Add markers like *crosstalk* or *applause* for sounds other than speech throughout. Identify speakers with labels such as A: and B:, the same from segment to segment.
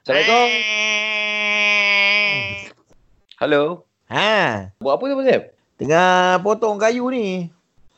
A: Assalamualaikum. Hello.
B: Ha,
A: Buat apa tu Abang Sam?
B: tengah potong kayu ni.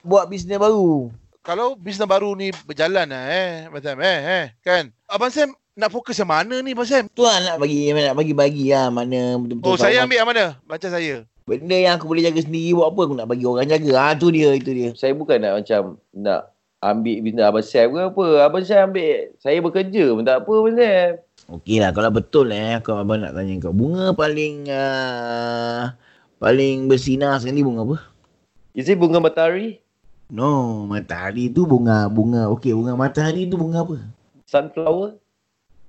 B: Buat bisnes baru.
C: Kalau bisnes baru ni berjalan lah eh, Abang Sam eh, eh kan. Abang Sam nak fokus yang mana ni Abang Sam?
B: Tu lah nak bagi nak bagi-bagi lah mana betul-betul.
C: Oh,
B: tahu
C: saya
B: apa.
C: ambil yang mana? Macam saya.
B: Benda yang aku boleh jaga sendiri buat apa aku nak bagi orang jaga. Ha tu dia itu dia.
A: Saya bukan nak macam nak ambil bina Abang Sam ke apa. Abang Sam ambil. Saya bekerja pun tak apa Abang Sam.
B: Okey lah kalau betul eh aku abang nak tanya kau. Bunga paling uh, paling bersinar sekali bunga apa?
A: Is it bunga matahari?
B: No, matahari tu bunga bunga. Okey, bunga matahari tu bunga apa?
A: Sunflower?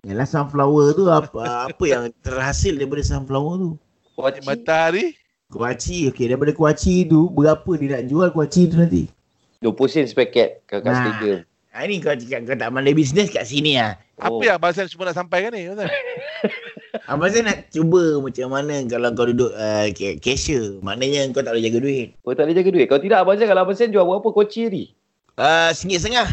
B: Yalah sunflower tu apa apa yang terhasil daripada sunflower tu?
A: Kuaci?
C: Matahari.
B: Kuaci. Okey, daripada kuaci tu berapa dia nak jual kuaci tu nanti?
A: 20 sen sepaket kat, kat
B: Nah.
A: stadium.
B: Ha, ini kau cakap kau tak pandai bisnes kat sini ah.
C: Apa yang Abang Sam semua nak sampaikan ni? Abang Sam?
B: Abang saya Ha, nak cuba macam mana kalau kau duduk uh, ca- cashier. Maknanya kau tak boleh jaga duit.
A: Kau tak boleh jaga duit. Kalau tidak Abang Sam, kalau Abang Sam jual berapa kuaci ni?
B: Uh, singgit setengah.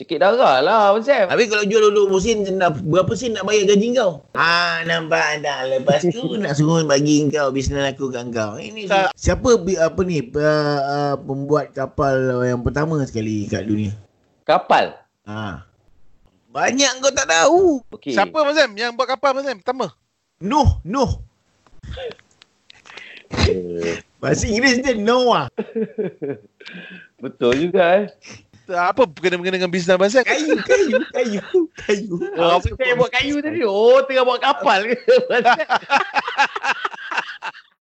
A: Cekik darah lah Abang Sam.
B: Habis kalau jual dulu sen nak, berapa sen nak bayar gaji kau? Ah nampak tak? Lepas tu *laughs* nak suruh bagi kau bisnes aku kat kau. Ini
C: Tak.
B: siapa bi- apa ni uh, uh, pembuat kapal yang pertama sekali kat dunia?
A: Kapal.
B: Ha. Banyak kau tak tahu.
A: Okey.
C: Siapa Abang Sam yang buat kapal Abang Sam? Pertama.
B: Nuh, Nuh.
A: Eh,
B: Bahasa Inggeris dia Noah.
A: Betul juga eh.
C: Apa kena-mengena dengan bisnes Abang Sam?
B: Kayu, kayu, kayu, kayu.
A: né? *laughs* Oh, apa saya buat kayu tadi? Oh, tengah buat kapal ke?